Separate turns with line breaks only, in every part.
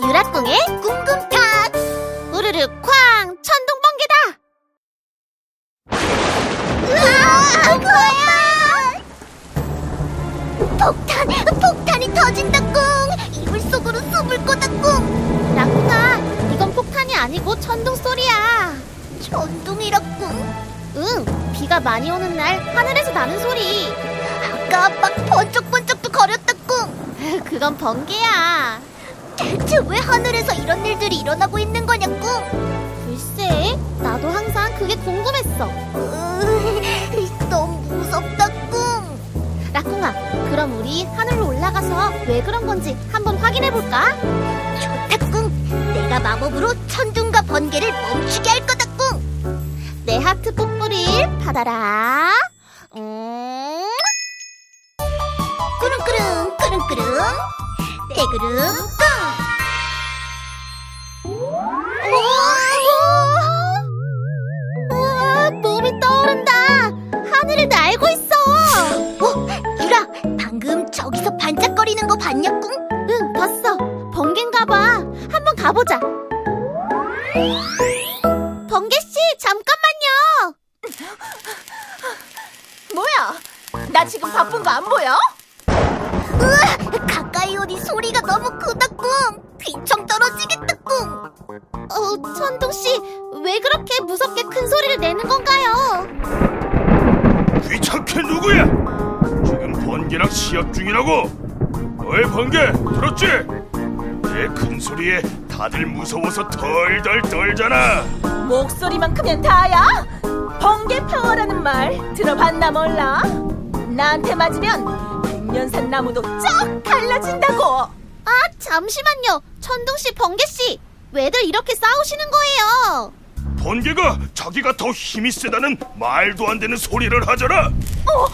마라꿍의 꿍꿍탁 우르르 쾅 천둥 번개다 으아 뭐야 폭탄 폭탄이 터진다 꿍 이불 속으로 숨을 거다 꿍 라꿍아 이건 폭탄이 아니고 천둥 소리야 천둥이라 꿍 응, 비가 많이 오는 날 하늘에서 나는 소리. 아까 막 번쩍번쩍도 거렸다 꿍. 그건 번개야. 대체 왜 하늘에서 이런 일들이 일어나고 있는 거냐 꿍. 글쎄, 나도 항상 그게 궁금했어. 너무 무섭다 꿍. 라꿍아, 그럼 우리 하늘로 올라가서 왜 그런 건지 한번 확인해 볼까? 좋다 꿍. 내가 마법으로 천둥과 번개를 멈추게 할 거다 꿍. 내 하트 뽀뽀를 받아라. 음. 꾸릉꾸릉, 꾸릉꾸릉, 떼구름, 뿡! 오! 우와, 어, 몸이 떠오른다. 하늘을 날고 있어. 어, 유라, 방금 저기서 반짝거리는 거 봤냐, 꿍? 응, 봤어. 번개인가 봐. 한번 가보자. 번개 씨, 잠깐만요.
뭐야? 나 지금 바쁜 거 안 보여?
으아, 가까이 오니 소리가 너무 크다 꿍. 귀청 떨어지겠다 꿍. 어, 천둥 씨, 왜 그렇게 무섭게 큰 소리를 내는 건가요?
귀찮게 누구야? 지금 번개랑 시합 중이라고. 너의 번개 들었지? 내 큰 소리에 다들 무서워서 덜덜 떨잖아.
목소리만 크면 다야? 번개 파워라는 말 들어봤나 몰라? 나한테 맞으면 백년산 나무도 쫙 갈라진다고.
아, 잠시만요. 천둥 씨, 번개 씨. 왜들 이렇게 싸우시는 거예요?
번개가 자기가 더 힘이 세다는 말도 안 되는 소리를 하잖아.
오호!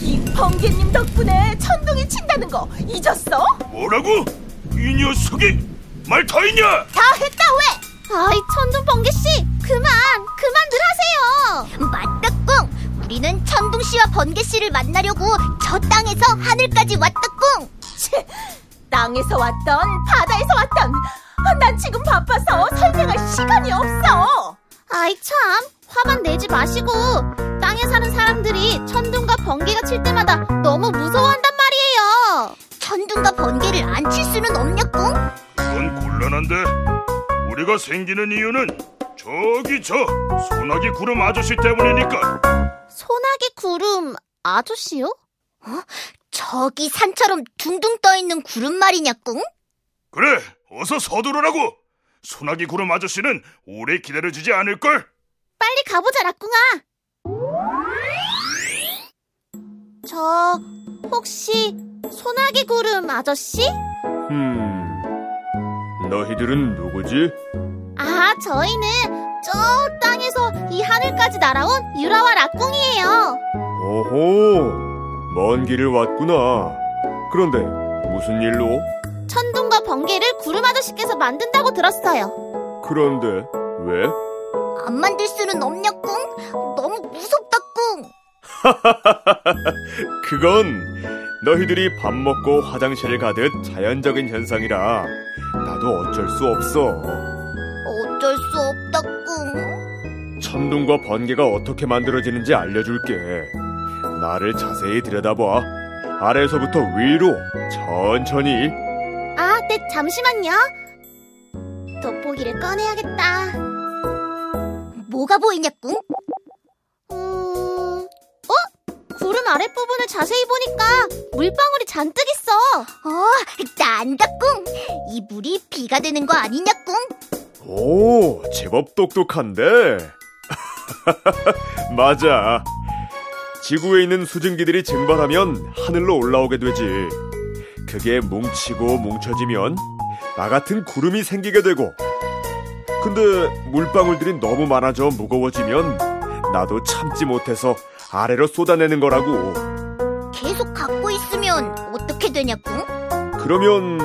이 번개님 덕분에 천둥이 친다는 거 잊었어?
뭐라고? 이 녀석이 말 다 있냐?
다 했다 왜? 아이 천둥 번개 씨 그만 그만들 하세요. 맞다 꿍. 우리는 천둥 씨와 번개 씨를 만나려고 저 땅에서 하늘까지 왔다 꿍.
치, 땅에서 왔던 바다에서 왔던 아, 난 지금 바빠서 설명할 시간이 없어.
아이 참 화만 내지 마시고 땅에 사는 사람들이 천둥과 번개가 칠 때마다 너무 무서워한단 말이에요. 천둥과 번개를 안 칠 수는 없냐 꿍?
그건 곤란한데. 우리가 생기는 이유는 저기 저 소나기 구름 아저씨 때문이니까.
소나기 구름 아저씨요? 어? 저기 산처럼 둥둥 떠 있는 구름 말이냐 꿍?
그래, 어서 서두르라고. 소나기 구름 아저씨는 오래 기다려주지 않을걸.
빨리 가보자, 라꿍아. 저 혹시 소나기 구름 아저씨?
음, 너희들은 누구지?
아, 저희는 저 땅에서 이 하늘까지 날아온 유라와 라꿍이에요.
오호, 먼 길을 왔구나. 그런데 무슨 일로?
천둥과 번개를 구름 아저씨께서 만든다고 들었어요.
그런데 왜?
안 만들 수는 없냐, 꿍? 너무 무섭다, 꿍.
그건 너희들이 밥 먹고 화장실을 가듯 자연적인 현상이라 나도 어쩔 수 없어.
어쩔 수 없다, 꿍.
천둥과 번개가 어떻게 만들어지는지 알려줄게. 나를 자세히 들여다봐. 아래에서부터 위로 천천히.
아, 네, 잠시만요. 돋보기를 꺼내야겠다. 뭐가 보이냐, 꿍? 음, 어? 구름 아랫부분을 자세히 보니까 물방울이 잔뜩 있어. 어, 난다, 꿍. 이 물이 비가 되는 거 아니냐, 꿍?
오, 제법 똑똑한데? 맞아. 지구에 있는 수증기들이 증발하면 하늘로 올라오게 되지. 그게 뭉치고 뭉쳐지면 나 같은 구름이 생기게 되고. 근데 물방울들이 너무 많아져 무거워지면 나도 참지 못해서 아래로 쏟아내는 거라고.
계속 갖고 있으면 어떻게 되냐, 꿍?
그러면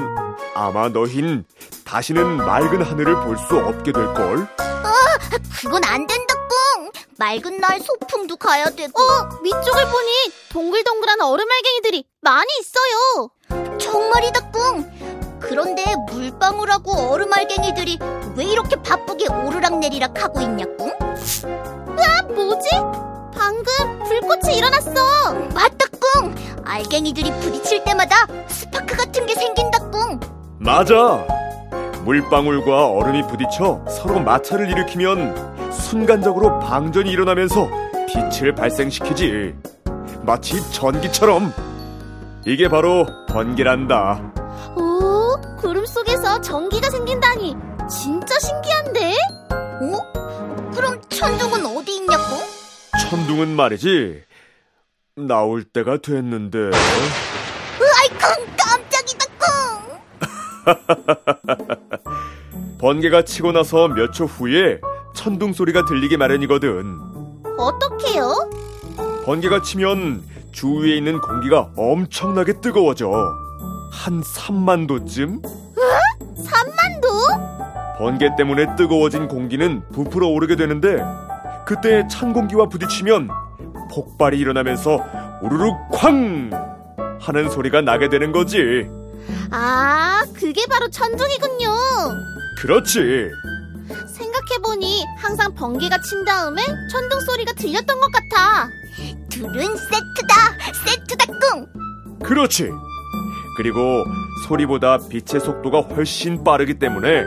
아마 너흰 다시는 맑은 하늘을 볼 수 없게 될걸?
아, 그건 안 된다, 꿍. 맑은 날 소풍도 가야 되고. 어, 위쪽을 보니 동글동글한 얼음 알갱이들이 많이 있어요. 정말이다, 꿍. 그런데 물방울하고 얼음 알갱이들이 왜 이렇게 바쁘게 오르락내리락 하고 있냐꿍? 으아, 뭐지? 방금 불꽃이 일어났어. 맞다꿍. 알갱이들이 부딪힐 때마다 스파크 같은 게 생긴다꿍.
맞아. 물방울과 얼음이 부딪혀 서로 마찰을 일으키면 순간적으로 방전이 일어나면서 빛을 발생시키지. 마치 전기처럼. 이게 바로 번개란다.
오, 구름 속에서 전기가 생긴다니 진짜 신기한데? 어? 그럼 천둥은 어디 있냐고?
천둥은 말이지. 나올 때가 됐는데.
으아이쿵 깜짝이다 쿵!
번개가 치고 나서 몇 초 후에 천둥 소리가 들리기 마련이거든.
어떡해요?
번개가 치면 주위에 있는 공기가 엄청나게 뜨거워져. 한 3만도쯤?
3만도?
번개 때문에 뜨거워진 공기는 부풀어 오르게 되는데 그때 찬 공기와 부딪히면 폭발이 일어나면서 우르르 쾅 하는 소리가 나게 되는 거지.
아, 그게 바로 천둥이군요.
그렇지.
생각해보니 항상 번개가 친 다음에 천둥 소리가 들렸던 것 같아. 둘은 세트다, 세트다 꿍!
그렇지. 그리고 소리보다 빛의 속도가 훨씬 빠르기 때문에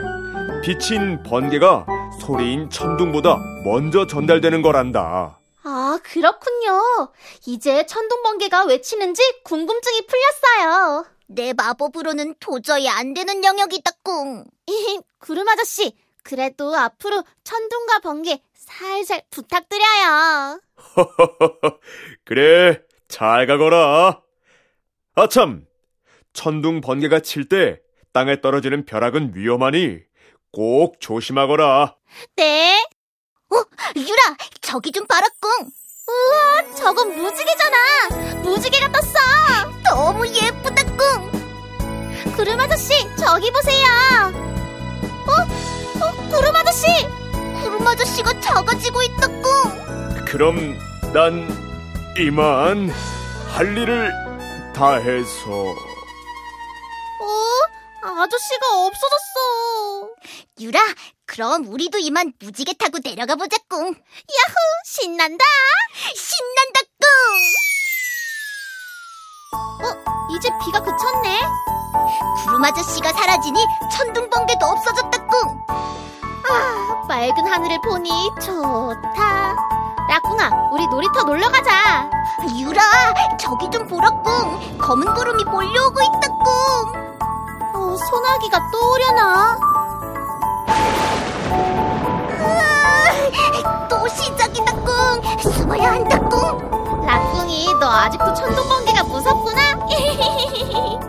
빛인 번개가 소리인 천둥보다 먼저 전달되는 거란다.
아, 그렇군요. 이제 천둥번개가 왜 치는지 궁금증이 풀렸어요. 내 마법으로는 도저히 안 되는 영역이다, 꿍. 구름 아저씨, 그래도 앞으로 천둥과 번개 살살 부탁드려요.
그래, 잘 가거라. 아참, 천둥 번개가 칠 때 땅에 떨어지는 벼락은 위험하니 꼭 조심하거라.
네. 어, 유라, 저기 좀 봐라, 꿍. 우와, 저건 무지개잖아. 무지개가 떴어. 너무 예쁘다, 꿍. 구름 아저씨, 저기 보세요. 어, 어, 구름 아저씨. 구름 아저씨가 작아지고 있다, 꿍.
그럼 난 이만 할 일을 다 해서
어, 아저씨가 없어졌어. 유라, 그럼 우리도 이만 무지개 타고 내려가 보자, 꿍. 야호, 신난다. 신난다, 꿍. 어, 이제 비가 그쳤네. 구름 아저씨가 사라지니 천둥 번개도 없어졌다 꿍. 아, 맑은 하늘을 보니 좋다. 라꿍아, 우리 놀이터 놀러 가자. 유라, 저기 좀 보라 꿍. 검은 구름이 몰려오고 있다 꿍. 어, 소나기가 또 오려나? 으아, 또 시작이다 꿍. 숨어야 한다 꿍. 라꿍이 너 아직도 천둥 번개가 무섭구나.